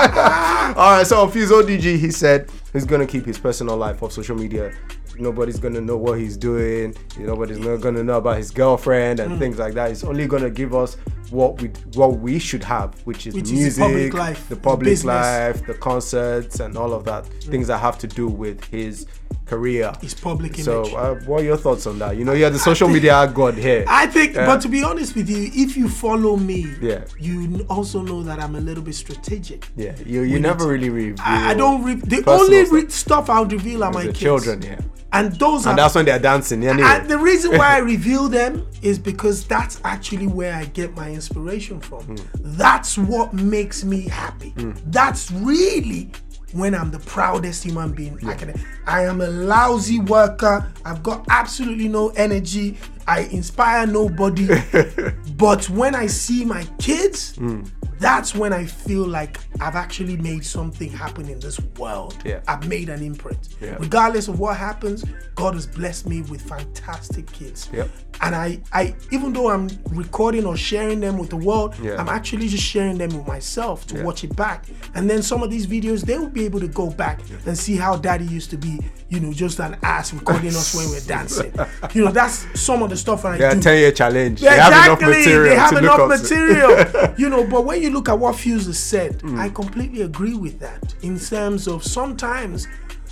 B: All right, so Fuse ODG, he said he's gonna keep his personal life off social media. Nobody's gonna know what he's doing. Nobody's not gonna know about his girlfriend
A: Hmm.
B: and things like that. He's only gonna give us what we what we should have, which is
A: Which is his
B: music,
A: public life,
B: the
A: his
B: public
A: business. Hmm.
B: life, the concerts, and all of that. Things that have to do with his career.
A: His public
B: So,
A: image.
B: uh, what are your thoughts on that? You know, you're the social media god here.
A: I think,
B: Yeah.
A: but to be honest with you, if you follow me,
B: Yeah.
A: you n- also know that I'm a little bit strategic.
B: yeah, you you
A: We
B: never
A: need-
B: really reveal.
A: I, I don't. Re- the
B: personal
A: only
B: stuff.
A: re- stuff I'll reveal are my
B: the
A: kids.
B: children here,
A: and those
B: and
A: are
B: that's when they're dancing. Anyway,
A: And the reason why I reveal them is because that's actually where I get my inspiration from. That's what makes me happy. That's really when I'm the proudest human being I can. I am a lousy worker. I've got absolutely no energy. I inspire nobody. but when I see my kids, that's when I feel like I've actually made something happen in this world.
B: Yeah.
A: I've made an imprint.
B: Yeah.
A: Regardless of what happens, God has blessed me with fantastic kids.
B: Yep.
A: And I, I, even though I'm recording or sharing them with the world,
B: Yeah.
A: I'm actually just sharing them with myself to watch it back. And then some of these videos, they will be able to go back and see how daddy used to be, you know, just an ass recording us when we're dancing. You know, that's some of the stuff I
B: Yeah,
A: do.
B: 10 year challenge.
A: Yeah,
B: They have
A: exactly.
B: enough material.
A: they have
B: to
A: enough
B: look up to.
A: material, you know. But when you look at what Fuse has said,
B: Hmm.
A: I completely agree with that. In terms of sometimes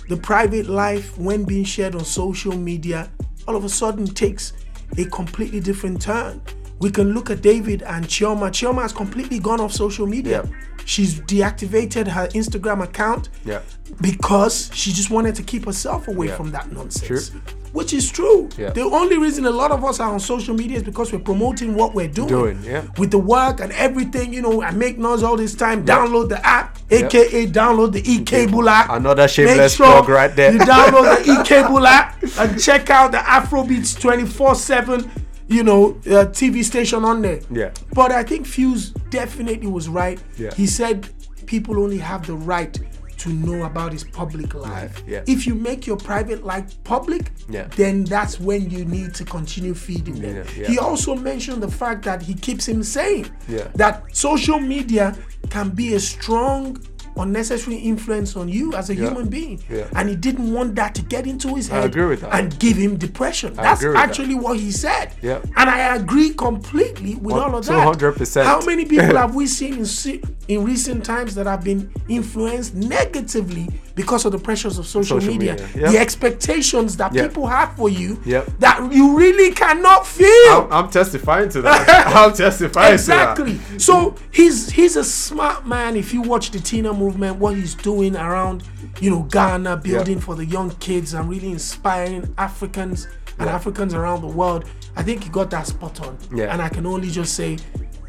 A: the private life, when being shared on social media, all of a sudden takes a completely different turn. We can look at David and Chioma. Chioma has completely gone off social media.
B: Yep.
A: She's deactivated her Instagram account
B: Yep.
A: because she just wanted to keep herself away
B: Yep.
A: from that nonsense. Which is true.
B: Yeah.
A: The only reason a lot of us are on social media is because we're promoting what we're doing.
B: Doing, yeah.
A: With the work and everything, you know, I make noise all this time. Download the app, aka download the e-cable app.
B: Another
A: Make
B: shameless plug right there.
A: You download the e-cable app and check out the Afrobeats 24-7, you know, uh, TV station on there.
B: Yeah.
A: But I think Fuse definitely was right.
B: Yeah.
A: He said people only have the right to know about his public life.
B: yeah.
A: If you make your private life public,
B: Yeah.
A: then that's when you need to continue feeding them.
B: Yeah, yeah.
A: He also mentioned the fact that he keeps him saying
B: Yeah.
A: that social media can be a strong unnecessary influence on you as a human being
B: Yeah.
A: and he didn't want that to get into his head
B: agree with that.
A: and give him depression that's
B: agree with that.
A: actually what he said
B: Yeah.
A: and i agree completely with all of that
B: 200%.
A: how many people have we seen in, se- in recent times that have been influenced negatively because of the pressures of social,
B: Social
A: media,
B: media, yeah.
A: the expectations that
B: Yeah.
A: people have for you
B: Yeah.
A: that you really cannot feel
B: I'm, I'm testifying to that. I'm testifying to
A: exactly. So he's he's a smart man. If you watch the Tina movement, what he's doing around, you know, Ghana, building for the young kids and really inspiring Africans and
B: Yeah.
A: Africans around the world. I think he got that spot on.
B: Yeah.
A: And I can only just say,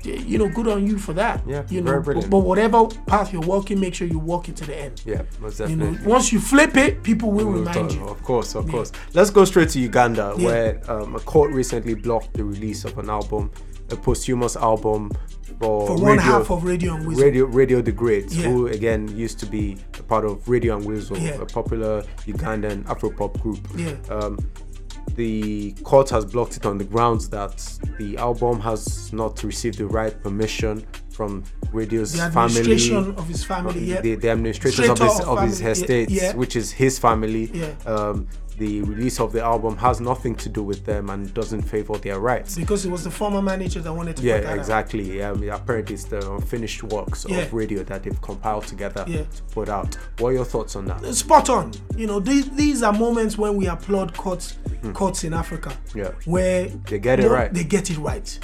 A: y- you know, good on you for that.
B: Yeah,
A: You
B: very
A: know,
B: brilliant.
A: but, but whatever path you're walking, make sure you walk it to the end.
B: that. Yeah, most
A: You
B: definitely.
A: know, once you flip it, people will
B: We'll
A: remind
B: talk-
A: you.
B: Of course, of course. Let's go straight to Uganda, where um, a court recently blocked the release of an album, a posthumous album for,
A: For
B: radio,
A: one half of Radio and Wisdom.
B: Radio Radio the Great,
A: Yeah.
B: who again used to be a part of Radio and Weasel,
A: Yeah.
B: a popular Ugandan Afropop group.
A: Yeah.
B: Um, the court has blocked it on the grounds that the album has not received the right permission from radio's
A: the administration
B: family
A: of his family. Yeah.
B: the, the administration
A: Straight
B: of his,
A: off
B: of his
A: family, yeah,
B: estate,
A: yeah.
B: which is his family.
A: Yeah.
B: Um, the release of the album has nothing to do with them and doesn't favor their rights.
A: because it was the former manager that wanted to put that
B: Yeah,
A: out.
B: exactly. Yeah, I mean, apparently it's the unfinished works
A: Yeah.
B: of radio that they've compiled together
A: Yeah.
B: to put out. What are your thoughts on that?
A: spot on. You know, these these are moments when we applaud courts courts in Africa.
B: Hmm. Yeah.
A: Where
B: They get it
A: no,
B: right.
A: They get it right.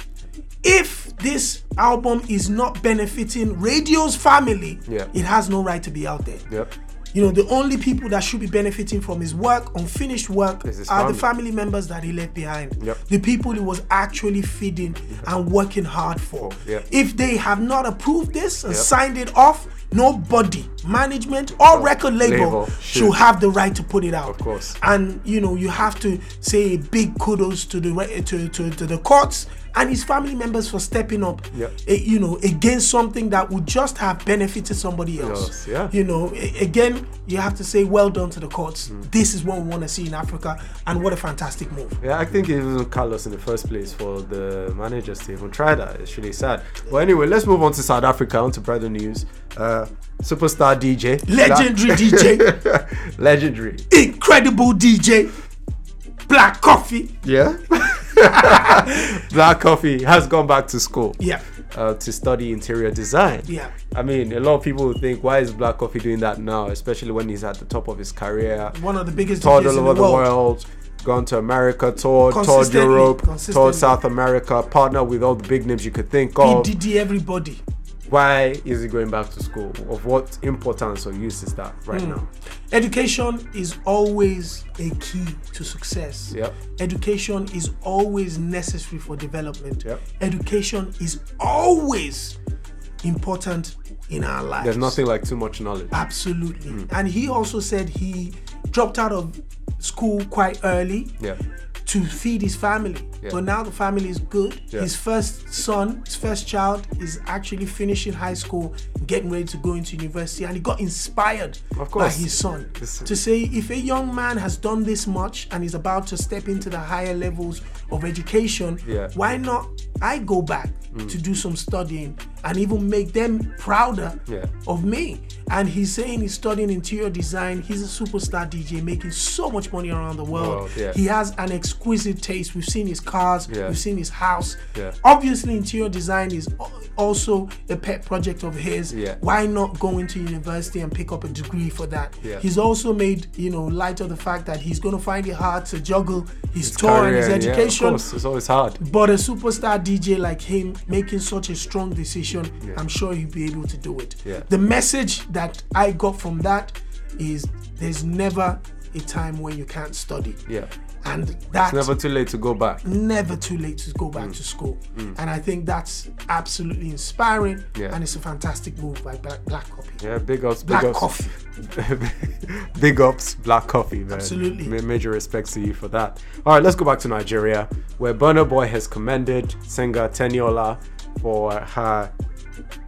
A: If this album is not benefiting radio's family,
B: Yeah.
A: it has no right to be out there.
B: Yep.
A: You know, the only people that should be benefiting from his work, unfinished work, are
B: Is his
A: the
B: family.
A: family members that he left behind.
B: Yep.
A: The people he was actually feeding and working hard for.
B: yeah.
A: If they have not approved this and
B: Yep.
A: signed it off, nobody, management or record label,
B: label should.
A: should have the right to put it out. Of
B: course.
A: And you know, you have to say a big kudos to the re- to, to, to the courts and his family members for stepping up.
B: Yep.
A: eh, you know, against something that would just have benefited somebody else.
B: Yes, yeah.
A: You know, a- again, you have to say well done to the courts.
B: Mm.
A: This is what we want to see in Africa, and what a fantastic move.
B: Yeah, I think it was Carlos in the first place for the managers to even try that. It's really sad. But anyway, let's move on to South Africa, on to brighter news. Uh, superstar DJ.
A: Legendary DJ,
B: Legendary.
A: incredible DJ, Black Coffee.
B: Yeah. Black Coffee has gone back to school.
A: Yeah.
B: Uh, to study interior design.
A: Yeah.
B: I mean, a lot of people would think, why is Black Coffee doing that now, especially when he's at the top of his career?
A: One of the biggest
B: toured
A: DJs
B: all
A: in
B: over
A: the world.
B: the world. gone to America, toured, toured
A: Consistently,
B: Europe, toured
A: consistently.
B: South America, partnered with all the big names you could think of.
A: He did everybody.
B: Why is he going back to school? Of what importance or use is that right
A: Hmm.
B: now?
A: Education is always a key to success.
B: Yep.
A: Education is always necessary for development.
B: Yep.
A: Education is always important in our lives.
B: There's nothing like too much knowledge.
A: Absolutely.
B: Hmm.
A: And he also said he dropped out of school quite early.
B: Yeah.
A: to feed his family.
B: Yeah.
A: But now the family is good.
B: Yeah.
A: His first son, his first child, is actually finishing high school, getting ready to go into university, and he got inspired
B: Of course.
A: by his son
B: This-
A: to say if a young man has done this much and is about to step into the higher levels of education,
B: Yeah.
A: why not I go back
B: Mm.
A: to do some studying and even make them prouder
B: Yeah.
A: of me. And he's saying he's studying interior design. He's a superstar DJ making so much money around the world.
B: World, yeah.
A: He has an exquisite taste. We've seen his cars,
B: Yeah.
A: we've seen his house.
B: Yeah.
A: Obviously, interior design is al- also a pet project of his.
B: Yeah.
A: Why not go into university and pick up a degree for that?
B: Yeah.
A: He's also made, you know, light of the fact that he's going to find it hard to juggle his, tour and his
B: Career, yeah, of
A: education.
B: course, it's always hard.
A: But a superstar DJ like him making such a strong decision, I'm sure he'll be able to do it.
B: Yeah.
A: The message that I got from that is there's never a time when you can't study.
B: Yeah.
A: And that's
B: It's never Mm. too late to go back.
A: never too late to go back to school. And I think that's absolutely inspiring
B: Yeah.
A: and it's a fantastic move by Black, Black Copy.
B: Yeah, big ups, big
A: Black
B: ups.
A: Coffee.
B: big ups, Black Coffee, man.
A: Absolutely.
B: Ma- major respects to you for that. All right, let's go back to Nigeria, where Burna Boy has commended singer Teniola for her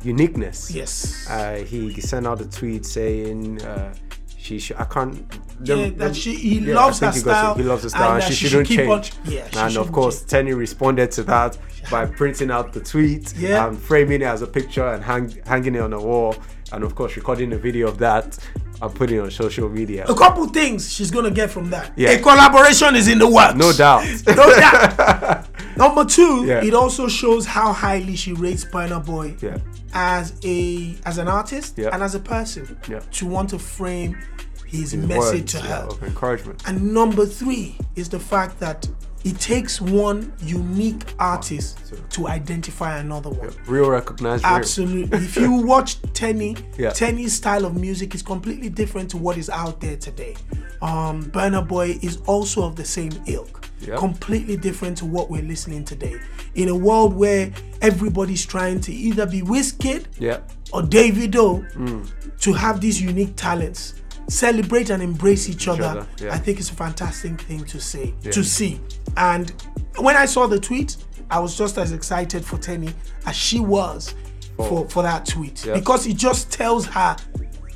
B: uniqueness.
A: Yes.
B: Uh, he sent out a tweet saying uh, she should. I can't.
A: Yeah,
B: them- them-
A: that she he
B: yeah, I
A: loves
B: think
A: her
B: he got it.
A: style.
B: He loves her style, and,
A: that
B: she, shouldn't
A: should keep on-
B: change.
A: yeah, she
B: and of
A: shouldn't
B: course,
A: change.
B: Tenny responded to that by printing out the tweet
A: Yeah.
B: and framing it as a picture and hang, hanging it on the wall, and of course, recording a video of that and putting it on social media.
A: a couple things she's gonna get from that.
B: Yeah.
A: A collaboration is in the works.
B: No doubt.
A: no doubt. Number two,
B: Yeah.
A: it also shows how highly she rates Burna Boy
B: Yeah.
A: as a as an artist
B: Yeah.
A: and as a person
B: Yeah.
A: to want to frame his, message
B: Words,
A: to
B: yeah,
A: her.
B: of encouragement.
A: And number three is the fact that it takes one unique artist to identify another one.
B: Real recognized. real.
A: Absolutely. if you watch Tenny,
B: Yeah.
A: Tenny's style of music is completely different to what is out there today. Um, Burna Boy is also of the same ilk.
B: Yeah.
A: Completely different to what we're listening today. In a world where everybody's trying to either be Wizkid
B: Yeah. Mm.
A: or Davido to have these unique talents, celebrate and embrace each other.
B: other, yeah.
A: I think it's a fantastic thing to say, to see. And when I saw the tweet, I was just as excited for Tenny as she was
B: Oh.
A: for, for that tweet
B: Yeah.
A: because it just tells her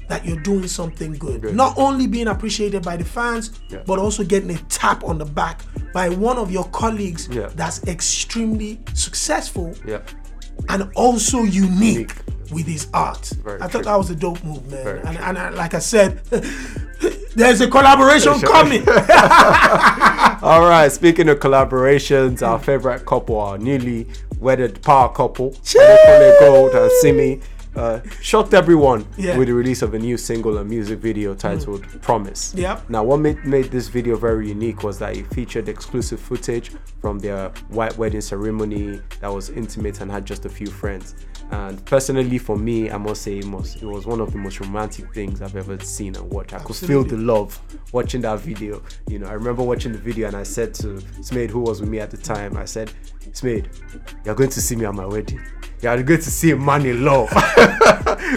A: that you're doing something good. Not only being appreciated by the fans,
B: Yeah.
A: but also getting a tap on the back by one of your colleagues
B: Yeah.
A: that's extremely successful
B: Yeah.
A: and also unique with his art. I
B: true.
A: thought that was a dope move, man.
B: Very
A: and and I, like I said, there's a collaboration coming.
B: All right, speaking of collaborations,
A: Hmm.
B: our favorite couple, our newly wedded power couple, Adekunle Gold and Simi, uh, shocked everyone
A: Yeah. Hmm.
B: with the release of a new single and music video titled Promise.
A: Yep.
B: Now, what made, made this video very unique was that it featured exclusive footage from their white wedding ceremony that was intimate and had just a few friends. And personally, for me, I must say it, must, it was one of the most romantic things I've ever seen and watched. I could feel the
A: Absolutely.
B: love watching that video. You know, I remember watching the video and I said to Smade, who was with me at the time, I said, Smade, you're going to see me at my wedding. You're going to see a man in love.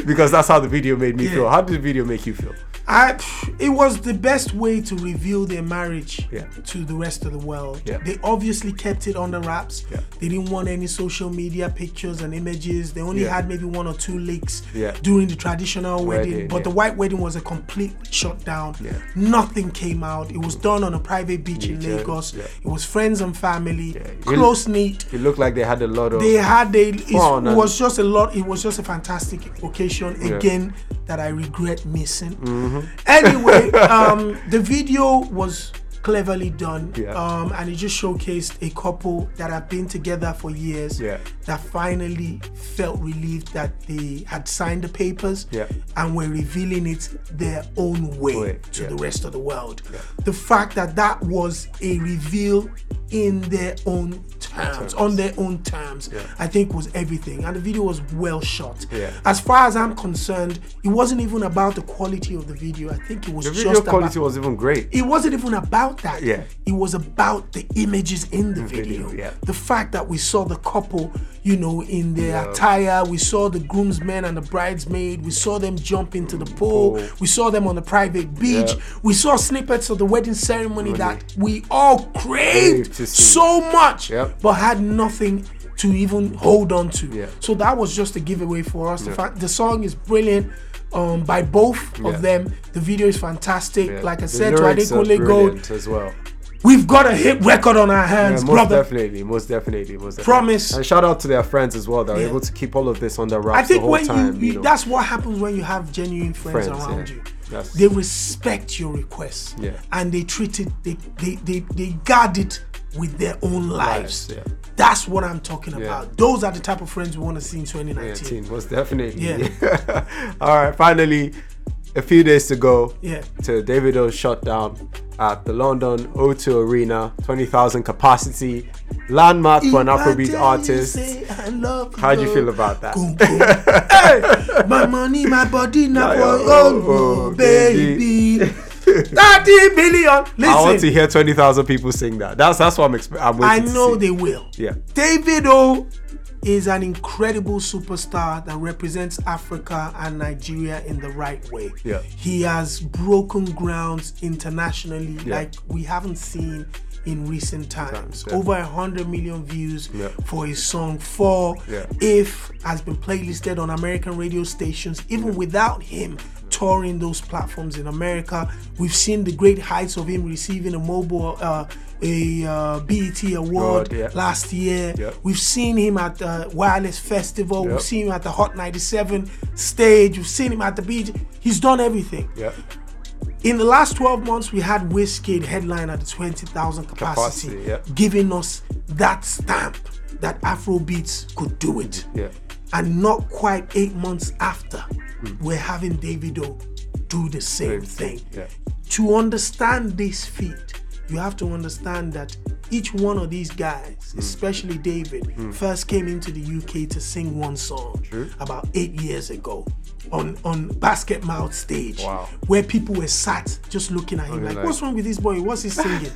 B: because that's how the video made me feel. How did the video make you feel?
A: I, it was the best way to reveal their marriage
B: Yeah.
A: to the rest of the world.
B: Yeah.
A: They obviously kept it under wraps.
B: Yeah.
A: They didn't want any social media pictures and images. They only
B: Yeah.
A: had maybe one or two leaks
B: Yeah.
A: during the traditional wedding.
B: Wedding,
A: but the
B: yeah.
A: white wedding was a complete shutdown.
B: Yeah.
A: Nothing came out. It was done on a private beach in
B: Beach, yeah,
A: Lagos.
B: yeah.
A: It was friends and family,
B: Yeah.
A: close knit
B: It looked like they had a lot of.
A: they had a it's-
B: Fun
A: it
B: and-
A: was just a lot it was just a fantastic occasion again that i regret missing
B: Mm-hmm.
A: anyway um the video was cleverly done
B: Yeah.
A: um and it just showcased a couple that have been together for years
B: Yeah.
A: that finally felt relieved that they had signed the papers
B: Yeah.
A: and were revealing it their own way
B: Way,
A: to
B: yeah.
A: the rest of the world the fact that that was a reveal in their own terms, on their own terms, I think was everything. And the video was well shot.
B: Yeah.
A: As far as I'm concerned, it wasn't even about the quality of the video. I think it was
B: the
A: just
B: video quality
A: about,
B: was even great.
A: it wasn't even about that.
B: Yeah.
A: It was about the images in the
B: video,
A: video.
B: yeah.
A: The fact that we saw the couple you know, in their attire. We saw the groomsmen and the bridesmaid. We saw them jump into the pool.
B: Pool.
A: We saw them on the private beach.
B: Yeah.
A: We saw snippets of the wedding ceremony that we all craved
B: Craved to see.
A: so much,
B: Yep.
A: but had nothing to even hold on to.
B: Yeah.
A: So that was just a giveaway for us. The, fa- the song is brilliant. Um, by both
B: Yeah.
A: of them, the video is fantastic.
B: Yeah.
A: Like I
B: The
A: said, to
B: lyrics are
A: Adekunle Gold,
B: brilliant as well.
A: we've got a hit record on our
B: Yeah,
A: hands,
B: most
A: brother.
B: definitely, most definitely, most definitely.
A: Promise.
B: And shout out to their friends as well that were
A: Yeah.
B: able to keep all of this on their
A: I
B: wraps the
A: think
B: whole
A: when
B: time.
A: you,
B: you
A: you
B: know.
A: that's what happens when you have genuine friends,
B: Friends,
A: around
B: yeah.
A: you.
B: That's-
A: They respect your requests
B: Yeah.
A: and they treat it, they, they, they, they guard it with their own lives.
B: Lives, yeah.
A: That's what I'm talking about. Those are the type of friends we want to see in 2019.
B: 2019, most definitely.
A: Yeah.
B: all right, finally, a few days to go.
A: Yeah.
B: To Davido's shutdown at the London O2 Arena, 20,000 capacity, landmark for an Afrobeat artist. How
A: How
B: do you feel about that?
A: Go, go. hey, my money, my body, now
B: Now
A: for
B: your
A: oh,
B: own,
A: baby. 30 billion. Listen,
B: I
A: I,
B: want to hear 20,000 people sing that. That's that's what I'm expecting. I'm waiting to
A: know
B: see.
A: they will.
B: Yeah.
A: David O is an incredible superstar that represents Africa and Nigeria in the right way.
B: Yeah.
A: He has broken grounds internationally like we haven't seen in recent times.
B: yeah.
A: Over a hundred million views
B: Yeah.
A: for his song Fall.
B: Yeah.
A: If has been playlisted on American radio stations, even without him touring those platforms in America. We've seen the great heights of him receiving a mobile uh, a uh, BET award
B: Award, yeah.
A: last year.
B: Yep.
A: We've seen him at the Wireless Festival.
B: Yep.
A: We've seen him at the Hot 97 stage. We've seen him at the beach. He's done everything.
B: Yeah.
A: In the last 12 months, we had Wizkid headline at the 20,000 capacity,
B: Capacity, yeah.
A: giving us that stamp that Afrobeats could do it.
B: Yeah.
A: And not quite eight months after,
B: Mm.
A: we're having Davido do the same, thing.
B: Yeah.
A: To understand this feat, you have to understand that each one of these guys, especially David, first came into the UK to sing one song about eight years ago on on Basket Mouth stage,
B: Wow.
A: where people were sat just looking at him like,
B: like-
A: "What's wrong with this boy? What's he singing?"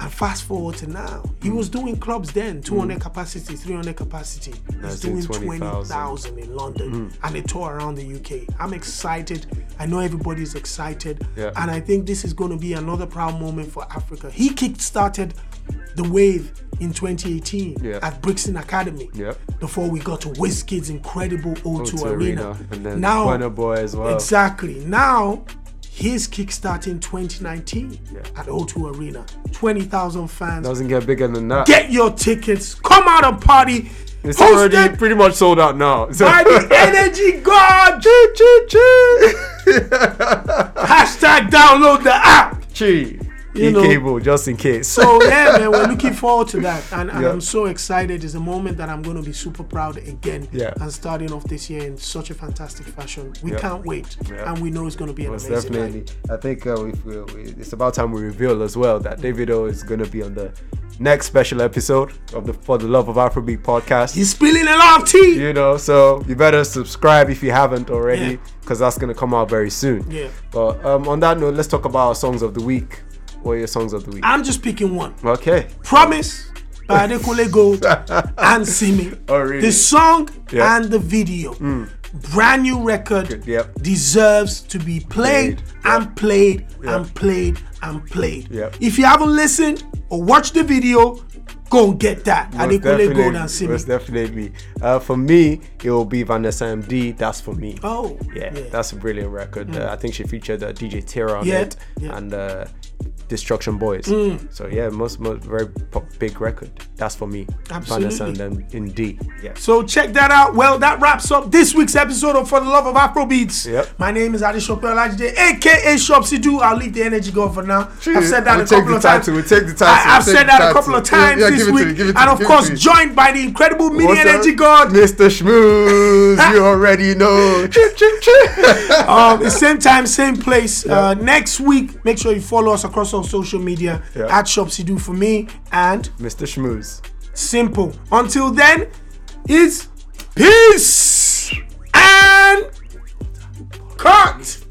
A: And fast forward to now, he was doing clubs then, 200 capacity, 300 capacity. He's
B: in
A: doing
B: 20,000.
A: 20,000 in London
B: Mm-hmm.
A: and a tour around the UK. I'm excited. I know everybody's excited.
B: Yeah.
A: And I think this is going to be another proud moment for Africa. He kickstarted the wave in 2018
B: Yeah.
A: at Brixton Academy
B: Yeah.
A: before we got to WizKid's incredible O2,
B: O2
A: Arena.
B: And then
A: Now-
B: Burna Boy as well.
A: Exactly. Now, he's kickstarting 2019 at O2 Arena. 20,000 fans.
B: Doesn't get bigger than that.
A: Get your tickets. Come out and party.
B: it's
A: hosted
B: already pretty much sold out now. So-
A: by the energy god.
B: Chee, chee, chee.
A: Hashtag download the app.
B: Chee.
A: You
B: E
A: know.
B: cable, just in case.
A: So Oh, yeah, man, we're looking forward to that, and, and
B: Yeah.
A: I'm so excited. It's a moment that I'm going to be super proud again,
B: Yeah.
A: and starting off this year in such a fantastic fashion. We
B: Yeah.
A: can't wait,
B: Yeah.
A: and we know it's going to be an
B: Most
A: amazing night.
B: definitely. I think uh, we've, we, we, it's about time we reveal as well that David O is going to be on the next special episode of the For the Love of Afrobeat podcast.
A: He's spilling a lot of tea.
B: you know, so you better subscribe if you haven't already,
A: Yeah.
B: because that's going to come out very soon.
A: Yeah.
B: But um, on that note, let's talk about our songs of the week. What are your songs of the week?
A: I'm just picking one.
B: okay.
A: Promise by Adekunle Gold and Simi.
B: Oh, really?
A: The song
B: Yeah. Hmm.
A: and the video. Brand new record
B: Yep.
A: deserves to be played,
B: Played,
A: and played
B: Yep.
A: and played and played.
B: Yep.
A: If you haven't listened or watched the video, go and get that.
B: Most
A: Adekunle Gold and
B: definitely.
A: Simi.
B: Most definitely. Uh, for me, it will be Vanessa MD. That's for me.
A: Oh, Mm.
B: yeah, that's a brilliant record. Uh, I think she featured uh, DJ Tira on
A: Yeah,
B: it
A: yeah. Mm.
B: and uh, Destruction Boys. So yeah, most, most very pop, big record. That's for me. Vanessa and
A: Absolutely.
B: them in D. Yeah.
A: So check that out. Well, that wraps up this week's episode of For the Love of Afrobeats.
B: Yep.
A: My name is Adi Shopel Ajide, aka Shop Sidu. I'll leave the energy going for now. I've said that
B: We'll
A: a
B: take
A: couple
B: the
A: of times.
B: title, we'll take the title,
A: I, have
B: we'll
A: said
B: take
A: that
B: the
A: a couple of
B: title. Yeah,
A: times
B: yeah,
A: this
B: give it to
A: week.
B: me, give it to
A: and
B: me,
A: of
B: give it
A: course,
B: to me.
A: joined by the incredible media
B: What's up,
A: energy god.
B: Mr. Schmooze, you already know. Chip, chip, chip.
A: um, the same time, same place. Uh, next week, make sure you follow us across all social media
B: Yeah.
A: at Shop Sidu for me and
B: Mr. Schmooze.
A: Simple. Until then, it's peace and cut.